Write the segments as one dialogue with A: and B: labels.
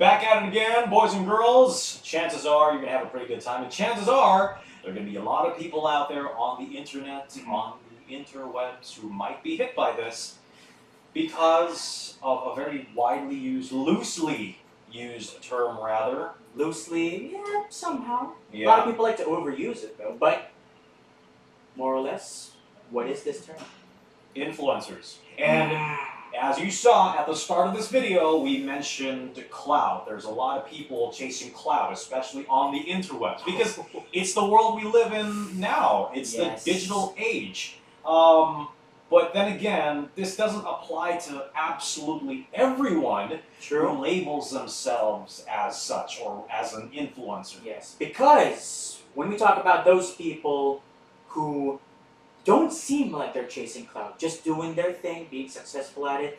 A: at it again, boys and girls. Chances are you're going to have a pretty good time. And chances are there are going to be a lot of people out there on the internet, on the interwebs, who might be hit by this because of a very widely used, loosely used term, rather.
B: Loosely, yeah, somehow. A lot
A: Yeah.
B: of people like to overuse it though, but more or less, what is this term?
A: Influencers. And uh, As you saw at the start of this video, we mentioned cloud. There's a lot of people chasing cloud, especially on the interwebs, because it's the world we live in now. It's
B: Yes.
A: the digital age. Um, but then again, this doesn't apply to absolutely everyone who
B: true.
A: labels themselves as such or as an influencer.
B: Yes, because when we talk about those people who don't seem like they're chasing clout, just doing their thing, being successful at it,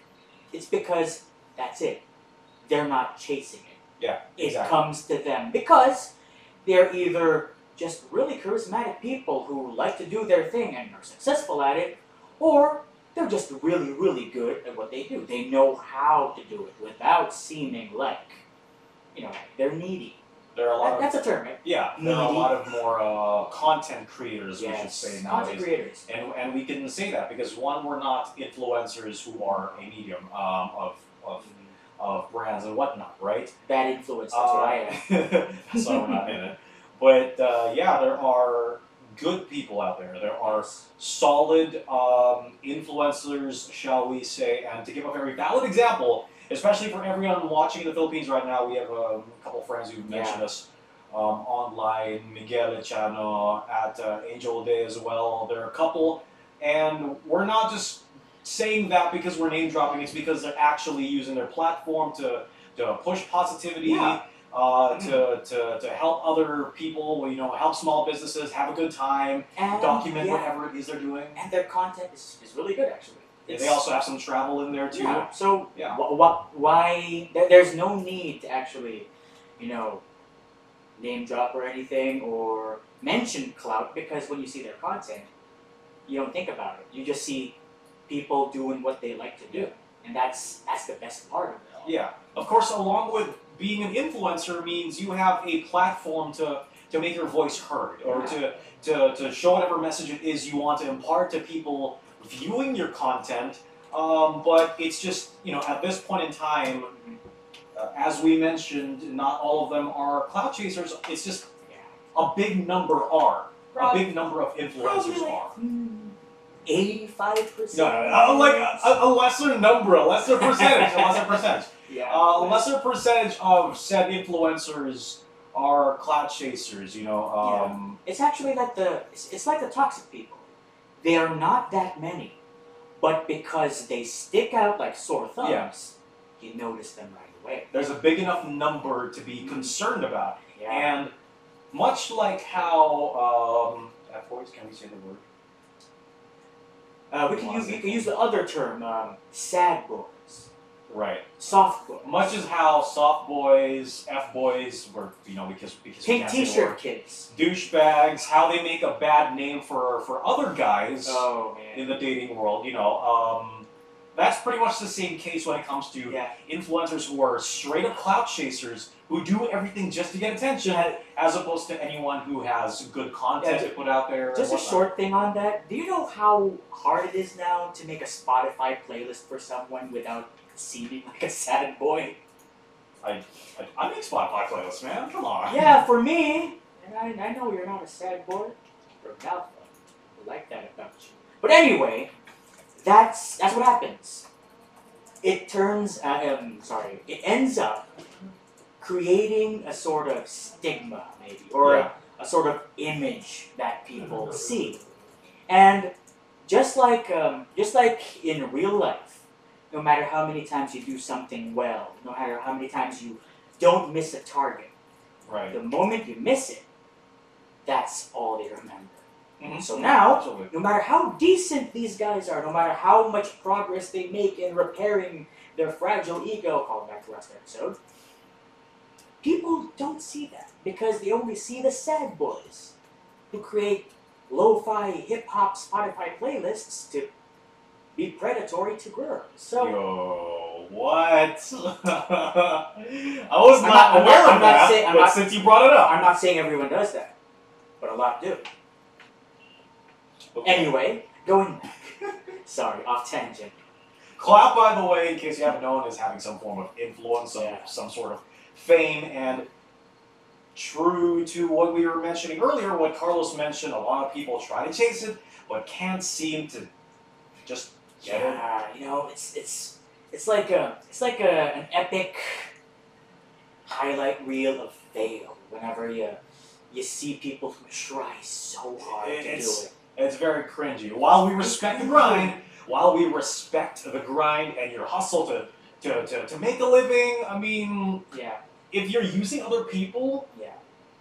B: it's because that's it. They're not chasing it.
A: Yeah,
B: it
A: exactly.
B: comes to them because they're either just really charismatic people who like to do their thing and are successful at it, or they're just really, really good at what they do. They know how to do it without seeming like, you know, they're needy.
A: There are a lot
B: That-
A: of
B: that's a term, right?
A: yeah, there are a
B: Mhm.
A: lot of more uh, content creators, we should
B: yes.
A: say
B: Content
A: nowadays.
B: creators.
A: And, and we can say that because one, we're not influencers who are a medium um, of, of, of brands and whatnot, right?
B: Bad influence, that's
A: Uh,
B: what I am.
A: so we're not in it. But uh, yeah, there are good people out there. There are solid um, influencers, shall we say. And to give a very valid example, especially for everyone watching in the Philippines right now, we have um, a couple friends who've mentioned us um, online Miguel Echano at uh, Angel Day as well. There are a couple. And we're not just saying that because we're name dropping, it's because they're actually using their platform to, to push positivity.
B: Yeah.
A: Uh, to, to, to help other people, you know, help small businesses have a good time,
B: And,
A: document
B: yeah,
A: whatever it is they're doing.
B: And their content is, is really good, actually.
A: Yeah,
B: It's,
A: they also have some travel in there too.
B: Yeah. So
A: Yeah.
B: wh- wh- why there, there's no need to actually, you know, name drop or anything or mention clout because when you see their content, you don't think about it. You just see people doing what they like to do, and that's that's the best part of it. all.
A: Yeah. Of course, along with being an influencer means you have a platform to to make your voice heard or to to, to show whatever message it is you want to impart to people viewing your content. Um, but it's just you know at this point in time,
B: Mhm.
A: uh, as we mentioned, not all of them are cloud chasers. It's just
B: Yeah.
A: a big number are
B: Prob-
A: a big number of influencers are.
B: Hmm. Eighty-five
A: No,
B: percent.
A: no, no, like uh, a, a lesser number, a lesser percentage, a lesser percentage.
B: yeah.
A: Uh, a lesser percentage of said influencers are cloud chasers, you know. Um,
B: It's actually like the it's, it's like the toxic people. They are not that many, but because they stick out like sore thumbs,
A: Yeah.
B: you notice them right away.
A: There's a big enough number to be concerned about.
B: Yeah.
A: And much like how. Um, F words, can we say the word?
B: uh, we can use we can use the other term, um, sad boys,
A: Right.
B: soft boys,
A: Much as how soft boys, F boys were, you know, because, because we
B: pink
A: can't say the
B: T-shirt
A: word.
B: kids.
A: douchebags, how they make a bad name for, for other guys.
B: Oh
A: in the dating world, you know, um, that's pretty much the same case when it comes to
B: Yeah.
A: influencers who are straight up clout chasers who do everything just to get attention, as opposed to anyone who has good content
B: Yeah,
A: to put out there. and
B: Just a
A: whatnot.
B: short thing on that. Do you know how hard it is now to make a Spotify playlist for someone without seeming like a sad boy?
A: I, I make Spotify playlists, man. Come on.
B: Yeah, for me. And I, I know you're not a sad boy. You're a alpha. I like that about you. But anyway, that's that's what happens. It turns. Uh, um, sorry. It ends up creating a sort of stigma, maybe, or
A: Yeah. Mm-hmm.
B: a, a sort of image that people see, and just like um, just like in real life, no matter how many times you do something well, no matter how many times you don't miss a target.
A: Right.
B: The moment you miss it, that's all they remember.
A: Mhm.
B: So now-
A: Absolutely.
B: No matter how decent these guys are, no matter how much progress they make in repairing their fragile ego, called back to last episode, people don't see that because they only see the sad boys who create lo fi hip hop Spotify playlists to be predatory to girls. So,
A: Yo, what? I was
B: I'm
A: not,
B: not- I'm
A: aware
B: not-
A: of
B: I'm not
A: that,
B: saying- I'm
A: but
B: not-
A: since you brought it up,
B: I'm not saying everyone does that, but a lot do.
A: Okay.
B: Anyway, going back. Sorry, off tangent.
A: Clap, by the way, in case you haven't known, is having some form of influence, some,
B: Yeah.
A: some sort of fame, and true to what we were mentioning earlier, what Carlos mentioned, a lot of people try to chase it, but can't seem to just get it.
B: Yeah, you know, it's it's it's like a it's like a, an epic highlight reel of fail. Whenever you you see people who try so hard to do
A: It's-
B: it.
A: It's very cringy. While we respect the grind, while we respect the grind and your hustle to, to, to, to make a living, I mean,
B: Yeah,
A: if you're using other people,
B: yeah.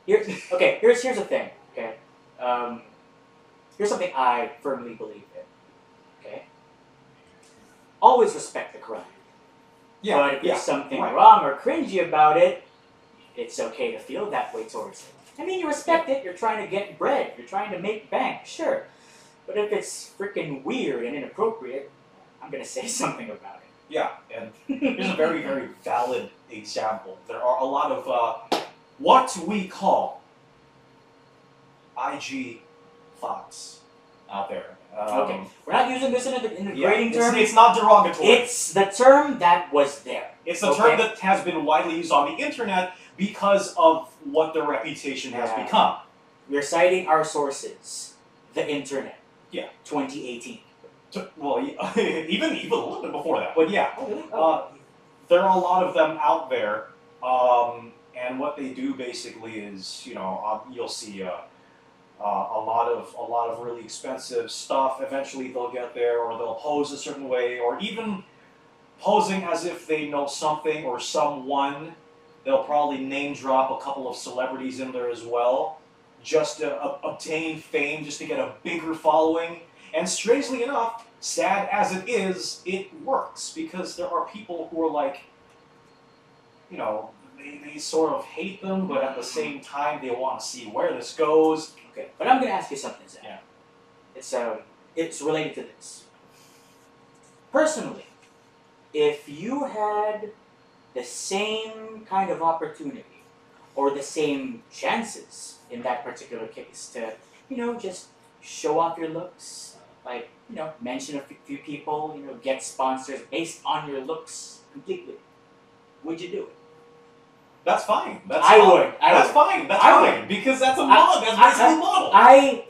B: Here's okay. Here's here's the thing. Okay, um, here's something I firmly believe in. Okay, always respect the grind. but if
A: yeah.
B: there's something
A: right.
B: wrong or cringy about it, it's okay to feel that way towards it. I mean, you respect it. You're trying to get bread. You're trying to make bank. Sure, but if it's freaking weird and inappropriate, I'm gonna say something about
A: yeah, and here's a
B: it.
A: very, very valid example. There are a lot of uh, what we call IG thoughts out there. Um,
B: Okay. We're not using this in a, in a
A: yeah,
B: grading
A: it's,
B: term.
A: it's not derogatory.
B: It's the term that was there.
A: It's a
B: Okay.
A: term that has been widely used on the internet because of what their reputation has
B: Yeah.
A: become.
B: We're citing our sources, the internet.
A: Yeah.
B: 2018.
A: To- well, yeah, even even a little bit before that, but yeah,
B: Oh, really?
A: Uh, there are a lot of them out there, um, and what they do basically is, you know, uh, you'll see uh, uh, a lot of a lot of really expensive stuff. Eventually, they'll get there, or they'll pose a certain way, or even posing as if they know something or someone. They'll probably name drop a couple of celebrities in there as well, just to ob- obtain fame, just to get a bigger following. And strangely enough, sad as it is, it works because there are people who are like, you know, they, they sort of hate them, but at the same time, they want to see where this goes.
B: Okay, but I'm gonna ask you something, Zach.
A: Yeah.
B: It's um, it's related to this. Personally, if you had the same kind of opportunity or the same chances in that particular case to, you know, just show off your looks, like you know, mention a f- few people, you know, get sponsors based on your looks completely, would you do it?
A: That's fine. That's
B: I
A: fine.
B: would. I
A: that's
B: would.
A: fine. That's
B: I
A: fine because that's a
B: I-
A: model. That's
B: I-
A: basically a model.
B: I,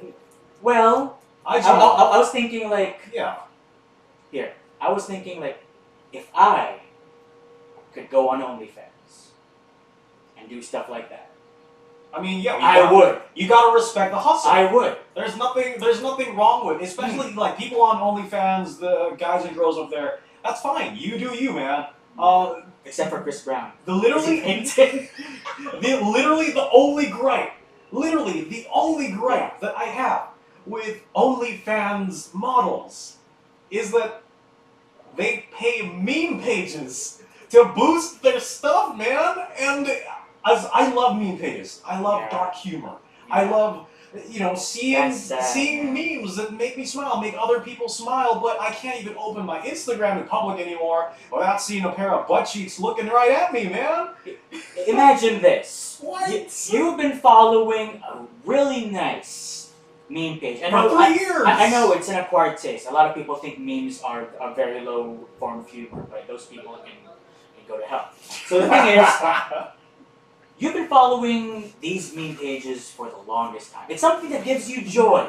B: well,
A: I,
B: I, I, I was thinking like.
A: yeah.
B: I was thinking like, if I could go on OnlyFans and do stuff like that,
A: I mean, yeah. You
B: I
A: gotta,
B: would.
A: You gotta respect the hustle.
B: I would.
A: There's nothing. There's nothing wrong with, especially like people on OnlyFans, the guys and girls up there. That's fine. You do you, man. Uh,
B: Except for Chris Brown.
A: the literally
B: Hinton.
A: the literally the only gripe, literally the only gripe that I have with OnlyFans models is that they pay meme pages to boost their stuff, man. And as I love meme pages, I love
B: Yeah.
A: dark humor. I love you know seeing
B: That's sad,
A: seeing
B: man.
A: memes that make me smile, make other people smile, but I can't even open my Instagram in public anymore without seeing a pair of butt cheeks looking right at me, man.
B: Imagine this.
A: What?
B: You, you've been following a really nice meme page. I
A: For
B: know,
A: three
B: I,
A: years.
B: I, I know it's an acquired taste. A lot of people think memes are a very low form of humor, but those people can, can go to hell. So the thing is, You've been following these meme pages for the longest time. It's something that gives you joy.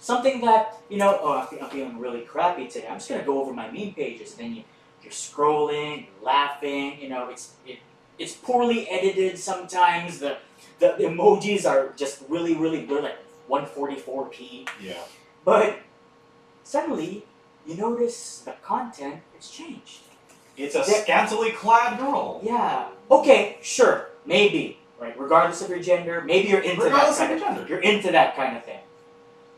B: Something that, you know, oh, I fe- I'm feeling really crappy today. I'm just going to go over my meme pages. And then you, you're scrolling, you're laughing, you know, it's it, it's poorly edited sometimes. The, the emojis are just really, really blurred, like 144p.
A: Yeah.
B: But suddenly, you notice the content has changed.
A: It's a
B: Yeah.
A: scantily clad girl.
B: Yeah. Okay. Sure. Maybe. Right. Regardless of your gender, maybe you're into
A: Regardless
B: that kind
A: of your gender.
B: You're into that kind of thing.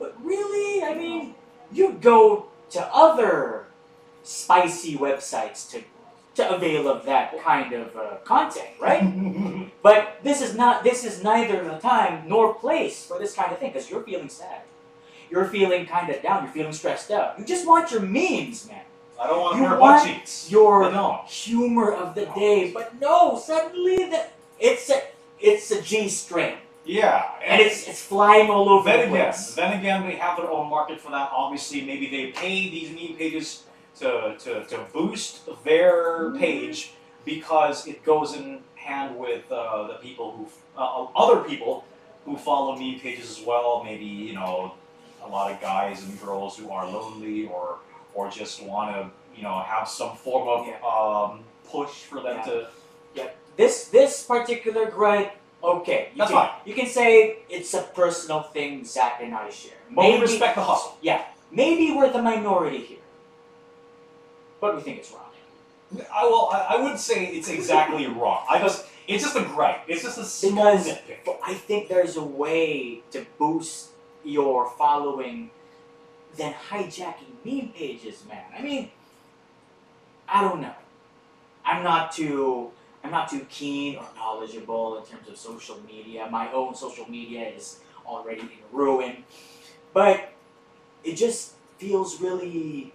B: But really, I mean, you go to other spicy websites to to avail of that kind of uh, content, right? but this is not. This is neither the time nor place for this kind of thing because you're feeling sad. You're feeling kind of down. You're feeling stressed out. You just want your memes, man.
A: I don't want to
B: You
A: wear
B: want
A: butt cheeks.
B: Your
A: no.
B: humor of the day, but no, suddenly the, it's a it's a G string,
A: Yeah.
B: and it's it's flying all over
A: then
B: the
A: again,
B: place.
A: then again, they have their own market for that. Obviously, maybe they pay these meme pages to, to, to boost their
B: Mm-hmm.
A: page because it goes in hand with uh, the people who uh, other people who follow meme pages as well. Maybe you know a lot of guys and girls who are lonely or or just want to you know have some form of
B: Yeah.
A: um, push for them
B: Yeah.
A: to.
B: This this particular gripe, okay, you
A: That's
B: can,
A: fine.
B: You can say it's a personal thing Zach and I share.
A: But
B: maybe
A: we respect the hustle.
B: maybe we're the minority here, but we think it's wrong.
A: I well, I, I wouldn't say it's exactly wrong. I just it's just a gripe. It's just a small
B: Because-
A: nitpick.
B: But I think there's a way to boost your following than hijacking meme pages, man. I mean, I don't know. I'm not too I'm not too keen or knowledgeable in terms of social media. My own social media is already in ruin. But it just feels really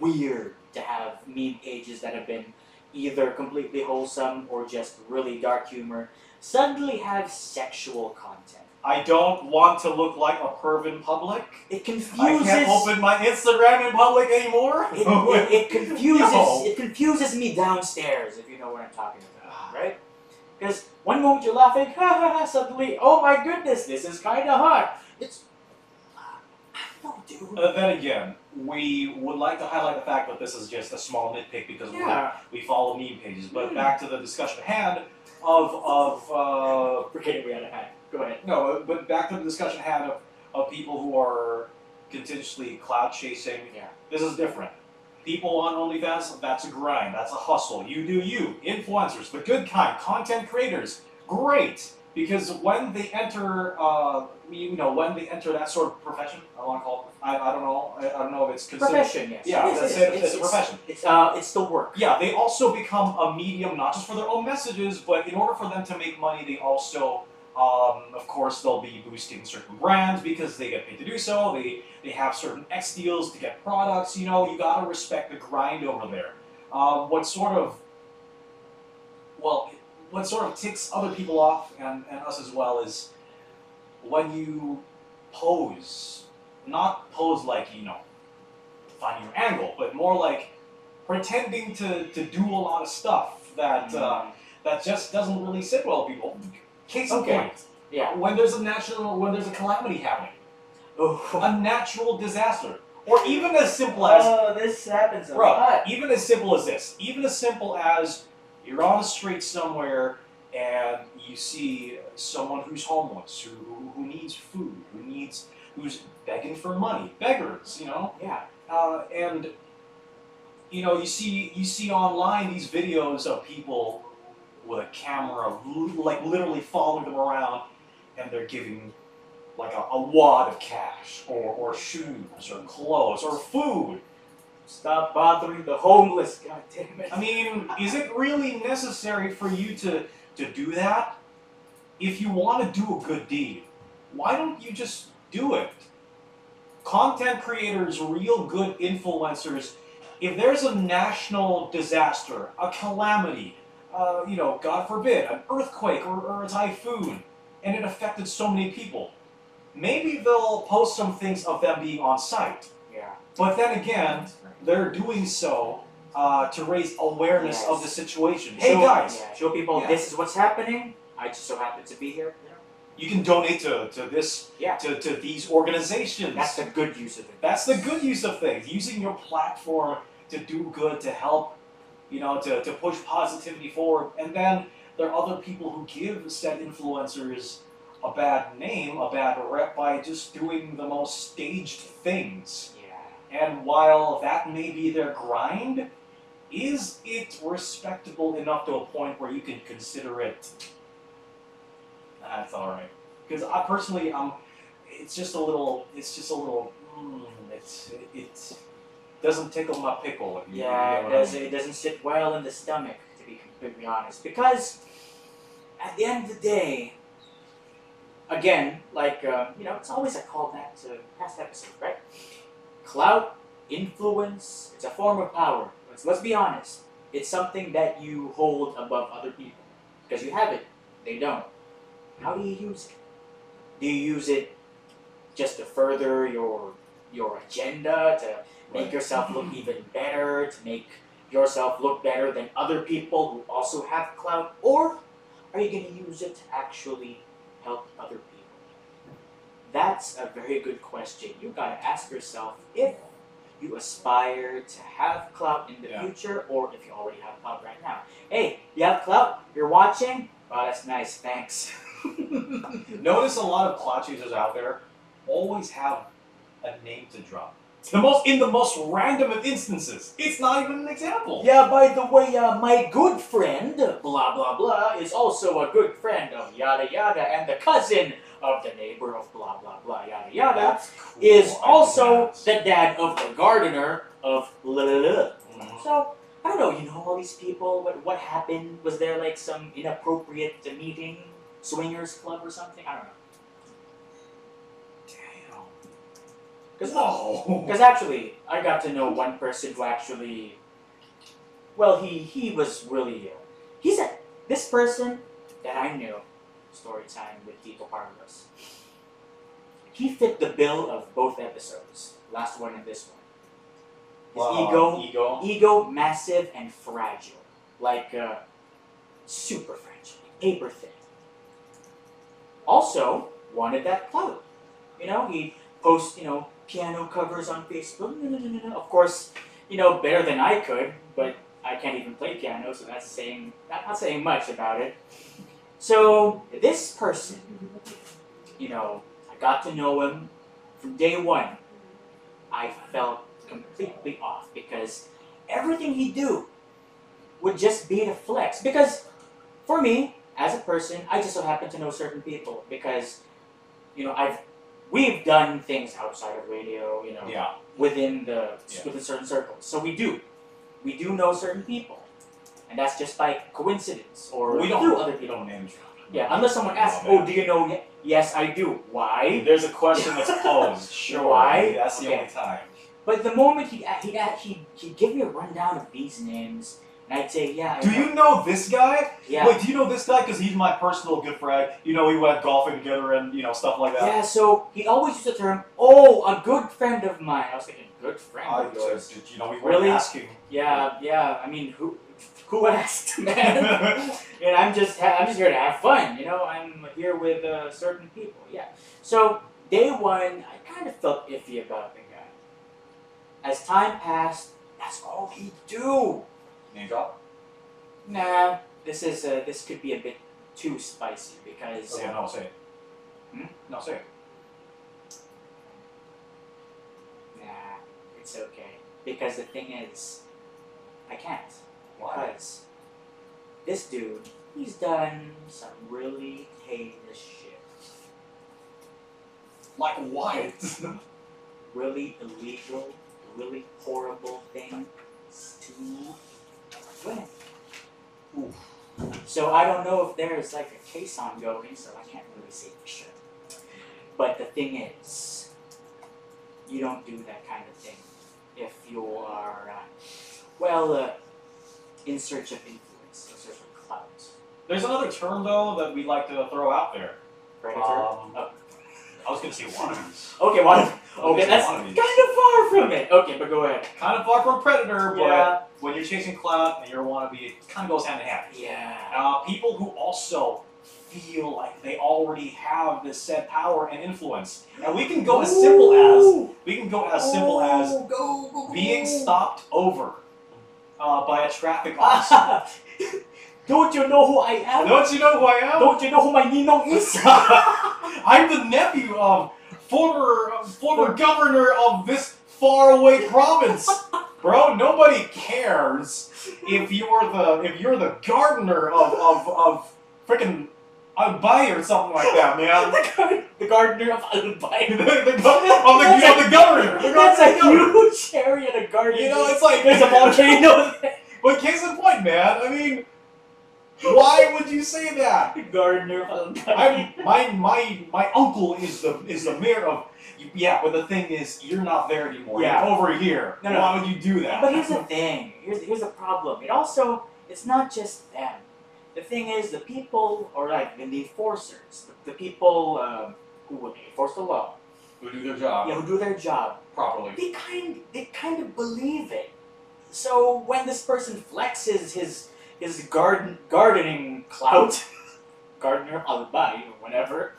B: weird to have meme pages that have been either completely wholesome or just really dark humor suddenly have sexual content.
A: I don't want to look like a perv in public.
B: It confuses.
A: I can't open my Instagram in public anymore.
B: It, it, it confuses.
A: No.
B: It confuses me downstairs, if you know what I'm talking about, right? Because one moment you're laughing, ha ha ha, suddenly, oh my goodness, this is kind of hot. It's, I don't know, dude.
A: Uh, then again, we would like to highlight the fact that this is just a small nitpick because we're-
B: yeah,
A: we follow meme pages. But
B: Mm.
A: back to the discussion at hand of of uh,
B: we're getting way out of hand. Go ahead.
A: No, but back to the discussion I had of, of people who are continuously cloud chasing.
B: Yeah.
A: This is different. People on OnlyFans, that's a grind, that's a hustle. You do you. Influencers, the good kind, content creators, great. Because when they enter, uh, you know, when they enter that sort of profession, I want to call it, I, I don't know, I, I don't know if it's considered.
B: Profession, yes.
A: Yeah,
B: Yes,
A: that's
B: yes,
A: it,
B: It's,
A: it's a profession.
B: It's, uh, it's the work.
A: Yeah, they also become a medium not just for their own messages, but in order for them to make money, they also, um, of course, they'll be boosting certain brands because they get paid to do so. They they have certain X deals to get products. You know, you gotta respect the grind over there. Um, what sort of well, what sort of ticks other people off and, and us as well is when you pose, not pose like you know, finding your angle, but more like pretending to, to do a lot of stuff that
B: Mm-hmm.
A: uh,
B: Um,
A: that just doesn't really sit well with people. Case in
B: Okay.
A: point,
B: Yeah.
A: when there's a natural, when there's a calamity happening,
B: Oh,
A: a natural disaster, or even as simple as
B: Oh, this happens a
A: Bro,
B: lot.
A: even as simple as this, even as simple as you're on the street somewhere and you see someone who's homeless, who, who, who needs food, who needs, who's begging for money, beggars, you know,
B: Yeah.
A: uh, and you know you see you see online these videos of people with a camera l- like literally following them around and they're giving like a, a wad of cash or, or shoes or clothes or food
B: Stop bothering the homeless, god damn it.
A: I mean, is it really necessary for you to to do that? If you want to do a good deed, why don't you just do it? Content creators, real good influencers, if there's a national disaster, a calamity, uh, you know, God forbid, an earthquake or, or a typhoon, and it affected so many people, maybe they'll post some things of them being on site.
B: yeah.
A: But then again, they're doing so uh, to raise awareness
B: Yes.
A: of the situation. Hey
B: Show-
A: guys,
B: yeah, show people
A: Yeah.
B: this is what's happening. I just so happen to be here.
A: you can donate to, to this
B: Yeah.
A: to, to these organizations.
B: That's the good use of it.
A: That's the good use of things. Using your platform to do good, to help, you know, to, to push positivity forward. And then there are other people who give said influencers a bad name, a bad rep by just doing the most staged things.
B: Yeah.
A: And while that may be their grind, is it respectable enough to a point where you can consider it? That's all right. Because I personally, um, it's just a little, it's just a little, mm, it's, it doesn't tickle my pickle. If you you know
B: Yeah, it
A: what I
B: doesn't,
A: mean.
B: it doesn't sit well in the stomach, to be completely honest. Because at the end of the day, again, like, uh, you know, it's always a callback to past episodes, right? Clout influence, it's a form of power. Let's, let's be honest. It's something that you hold above other people because you have it. They don't. How do you use it? Do you use it just to further your your agenda, to make yourself look even better, to make yourself look better than other people who also have clout, or are you going to use it to actually help other people? That's a very good question. You got to ask yourself if you aspire to have clout in the
A: Yeah.
B: future, or if you already have clout right now. Hey, you have clout? You're watching? Wow, that's nice. Thanks.
A: Notice a lot of plot users out there always have a name to drop. The most in the most random of instances. It's not even an example.
B: Yeah, by the way, uh, my good friend, blah blah blah, is also a good friend of yada yada, and the cousin of the neighbor of blah blah blah yada yada
A: That's cool. I
B: is
A: think
B: also
A: that's-
B: the dad of the gardener of la la la.
A: Mhm.
B: So I don't know. You know all these people. What what happened? Was there like some inappropriate meeting, swingers club or something? I don't know.
A: Damn.
B: Because
A: Whoa.
B: Because actually, I got to know one person who actually, well, he he was really ill. He's a this person that I knew. Story time with Tito Carlos. He fit the bill of both episodes, last one and this one. His
A: Wow,
B: ego,
A: Ego.
B: ego massive and fragile, like uh, super fragile, paper thin. Also wanted that clout. You know, he posts you know piano covers on Facebook. No, no, no, no, no. Of course, you know better than I could, but I can't even play piano, so that's saying not, not saying much about it. So this person, you know, I got to know him from day one. I felt completely off because everything he'd do would just be to flex. Because for me, as a person, I just so happen to know certain people because, you know, I've we've done things outside of radio, you know,
A: Yeah.
B: within the
A: Yeah.
B: within certain circles. So we do, we do know certain people, and that's just by coincidence or
A: We
B: through
A: don't.
B: other
A: We
B: people.
A: don't name drop.
B: Yeah, unless someone
A: No,
B: asks,
A: man.
B: "Oh, do you know?" him?" Yes, I do. Why?
A: There's a question that's posed. Sure.
B: Why?
A: That's the
B: Okay.
A: only time.
B: But the moment uh, he'd, a- he'd, a- he'd, he'd give me a rundown of these names, and I'd say, yeah, I
A: Do
B: know.
A: you know this guy?
B: Yeah.
A: Wait, do you know this guy? Because he's my personal good friend. You know, we went golfing together and you know stuff like that.
B: Yeah, so he always used the term, oh, a good friend of mine. I was thinking, good friend
A: I
B: of yours?
A: just, you know, we
B: Really?
A: weren't asking.
B: Yeah, yeah, I mean, who who asked, man? and I'm just, ha- I'm just here to have fun, you know? I'm here with uh, certain people, yeah. So, day one, I kind of felt iffy about the guy. As time passed, that's all he'd do.
A: Name drop.
B: Nah, this is uh, this could be a bit too spicy because uh,
A: Okay, no, say it.
B: Hmm?
A: No, say it.
B: nah, it's okay. Because the thing is, I can't.
A: Why?
B: Because this dude, he's done some really heinous shit,
A: Like why?
B: really illegal, really horrible things to women.
A: Oof.
B: So I don't know if there's like a case ongoing, so I can't really say for sure. But the thing is, you don't do that kind of thing if you are, uh, well, uh, in search of influence, in search of clout.
A: There's another term though that we like to throw out there.
B: Predator.
A: Um,
B: Oh.
A: I was gonna say wannabes.
B: Okay, one. Okay,
A: There's
B: that's
A: wannabes.
B: kind of far from it. Okay, but go ahead.
A: Kind of far from predator,
B: yeah.
A: but when you're chasing clout and you're a wannabe, it kind of goes hand in hand.
B: Yeah.
A: Uh, people who also feel like they already have this said power and influence, and we can go as simple as
B: Ooh.
A: we can go as simple as
B: Ooh, go, go,
A: being
B: go.
A: stopped over uh, by a traffic officer.
B: Ah, Don't you know who I am?
A: Don't you know who I am?
B: Don't you know who my Nino is?
A: I'm the nephew of former former governor of this faraway province. Bro, nobody cares if you're the if you're the gardener of of, of freaking Albay or something like that, man.
B: the, gar- the gardener of Albay.
A: the, the, gov- of the, you know, the governor. The
B: That's
A: governor.
B: a huge area to garden.
A: You know, it's like
B: there's a volcano. there.
A: But case in point, man. I mean, Why would you say that?
B: Gardener of
A: I'm, my my my uncle is the is the mayor of. Yeah, but the thing is, you're not there anymore.
B: Yeah.
A: You're over here.
B: No, no.
A: Why would you do that?
B: But here's the thing. Here's here's the problem. It also it's not just them. The thing is, the people or like the enforcers, the, the people um, who would enforce the law,
A: Who do their job
B: yeah, who do their job.
A: properly.
B: They kind they kind of believe it. So when this person flexes his his garden gardening clout, gardener alibi or whatever,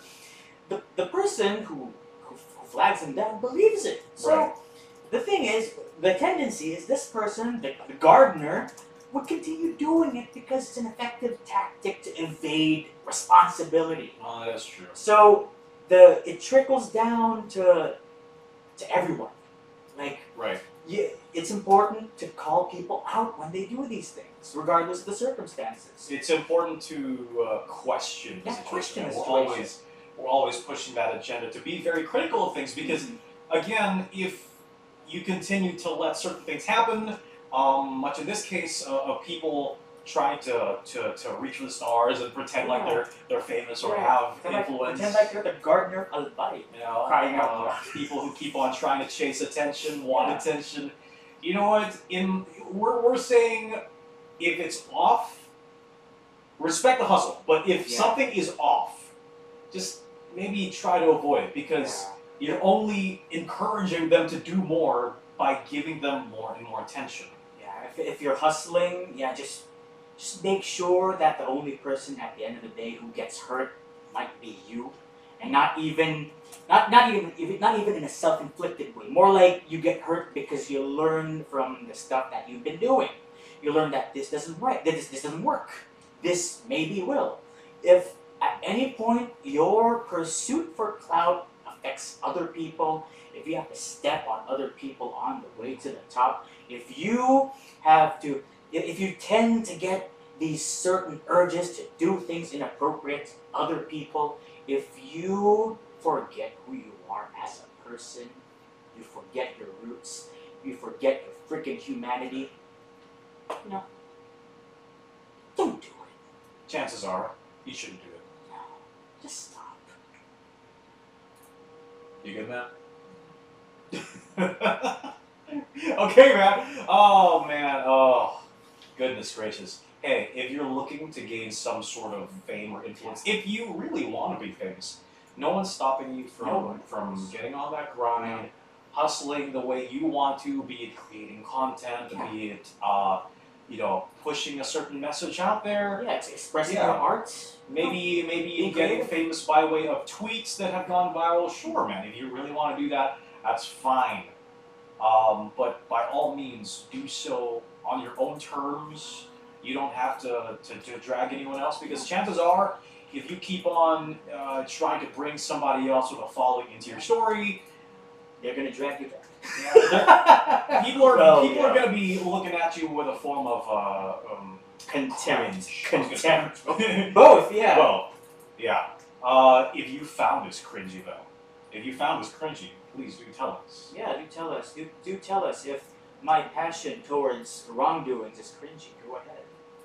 B: the the person who who, who flags him down believes it. So
A: Right.
B: the thing is, the tendency is this person, the, the gardener, would continue doing it because it's an effective tactic to evade responsibility.
A: Oh, that's true.
B: So the it trickles down to to everyone. Like
A: Right.
B: yeah, it's important to call people out when they do these things, regardless of the circumstances.
A: It's important to uh, question the
B: Yeah,
A: situation.
B: question the
A: we're
B: situation.
A: always we're always pushing that agenda to be very critical of things because again, if you continue to let certain things happen, um, much in this case uh, of people trying to, to, to reach for the stars and pretend like they're they're famous or
B: Yeah.
A: have
B: Pretend like-
A: influence,
B: pretend like you're the gardener of Bali.
A: you know,
B: crying
A: uh,
B: out.
A: people who keep on trying to chase attention, want
B: Yeah.
A: attention. You know what? In we're, we're saying if it's off, respect the hustle. But if
B: Yeah.
A: something is off, just maybe try to avoid it because you're only encouraging them to do more by giving them more and more attention.
B: Yeah, if, if you're hustling, yeah, just just make sure that the only person at the end of the day who gets hurt might be you, and not even not not even even- not even in a self-inflicted way. More like you get hurt because you learn from the stuff that you've been doing. You learn that this doesn't right. That this this doesn't work. This maybe will. If at any point your pursuit for clout affects other people, if you have to step on other people on the way to the top if you have to if if you tend to get these certain urges to do things inappropriate to other people if you forget who you are as a person you forget your roots you forget your freaking humanity no don't do it
A: Chances are you shouldn't do it.
B: no just stop
A: You good, man? okay, man. Oh man. Oh goodness gracious. Hey, if you're looking to gain some sort of fame or influence, if you really want to be famous, no one's stopping you from
B: No one.
A: from getting on that grind, hustling the way you want to, be it creating content,
B: Yeah.
A: be it uh, you know, pushing a certain message out there.
B: yeah it's expressing
A: Yeah.
B: your art
A: Maybe maybe
B: Be
A: getting
B: creative.
A: famous by way of tweets that have gone viral. Sure, man. If you really want to do that, that's fine. Um, but by all means, do so on your own terms. You don't have to, to, to drag anyone else because chances are, if you keep on uh, trying to bring somebody else with a following into your story,
B: they're gonna drag you
A: yeah,
B: down
A: people are
B: Well,
A: people
B: yeah.
A: are going to be looking at you with a form of uh, um,
B: contempt
A: cringe. I was gonna say
B: contempt
A: cringe.
B: both yeah
A: Well, yeah. Uh, if you found this cringy, though, if you found this cringy, please do tell us.
B: Yeah, do tell us. Do, do tell us if my passion towards wrongdoings is cringy. Go ahead.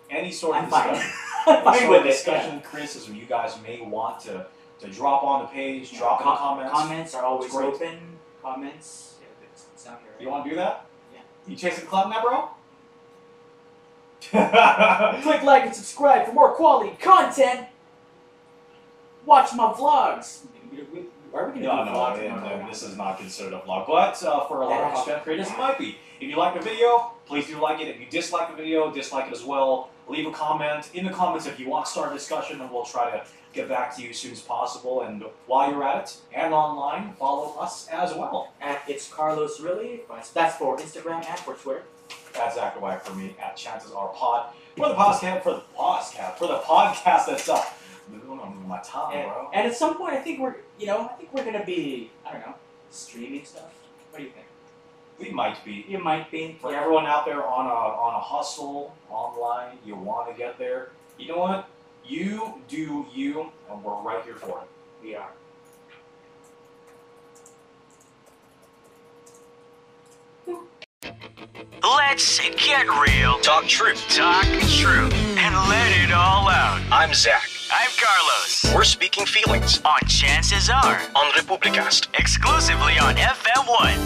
A: Any sort
B: I'm
A: of
B: fine.
A: discussion,
B: I'm
A: any
B: fine
A: sort of
B: with it.
A: discussion, criticism you guys may want to, to drop on the page,
B: Yeah,
A: drop in
B: com-
A: the comments.
B: Comments are always
A: It's great.
B: open. Comments. Yeah, it's- it's out here,
A: You
B: right?
A: want to do that?
B: Yeah.
A: You chasing clout now, bro?
B: Click like and subscribe for more quality content. Watch my vlogs. Are
A: No,
B: we gonna do
A: no,
B: vlogs?
A: and,
B: no,
A: uh,
B: no.
A: this is not considered a vlog, but uh, for a lot of content creators, it might be. If you like the video, please do like it. If you dislike the video, dislike it as well. Leave a comment in the comments if you want to start a discussion, and we'll try to get back to you as soon as possible. And while you're at it, and online, follow us as well.
B: At it's Carlos really. That's for Instagram and for Twitter.
A: That's Zach White for me at Chances Are Pod for the podcast for the podcast for the podcast that's up. My time,
B: And,
A: bro.
B: and at some point, I think we're you know I think we're gonna be I don't know streaming stuff. What do you think?
A: We might be
B: You might be.
A: For everyone out there on a on a hustle online, you want to get there. You know what? You do you, and we're right here for it.
B: We are.
C: Let's get real. Talk truth. Talk truth. And let it all out.
D: I'm Zach.
C: I'm Carlos.
D: We're speaking feelings
C: On Chances Are,
D: on Republicast.
C: exclusively on FM1.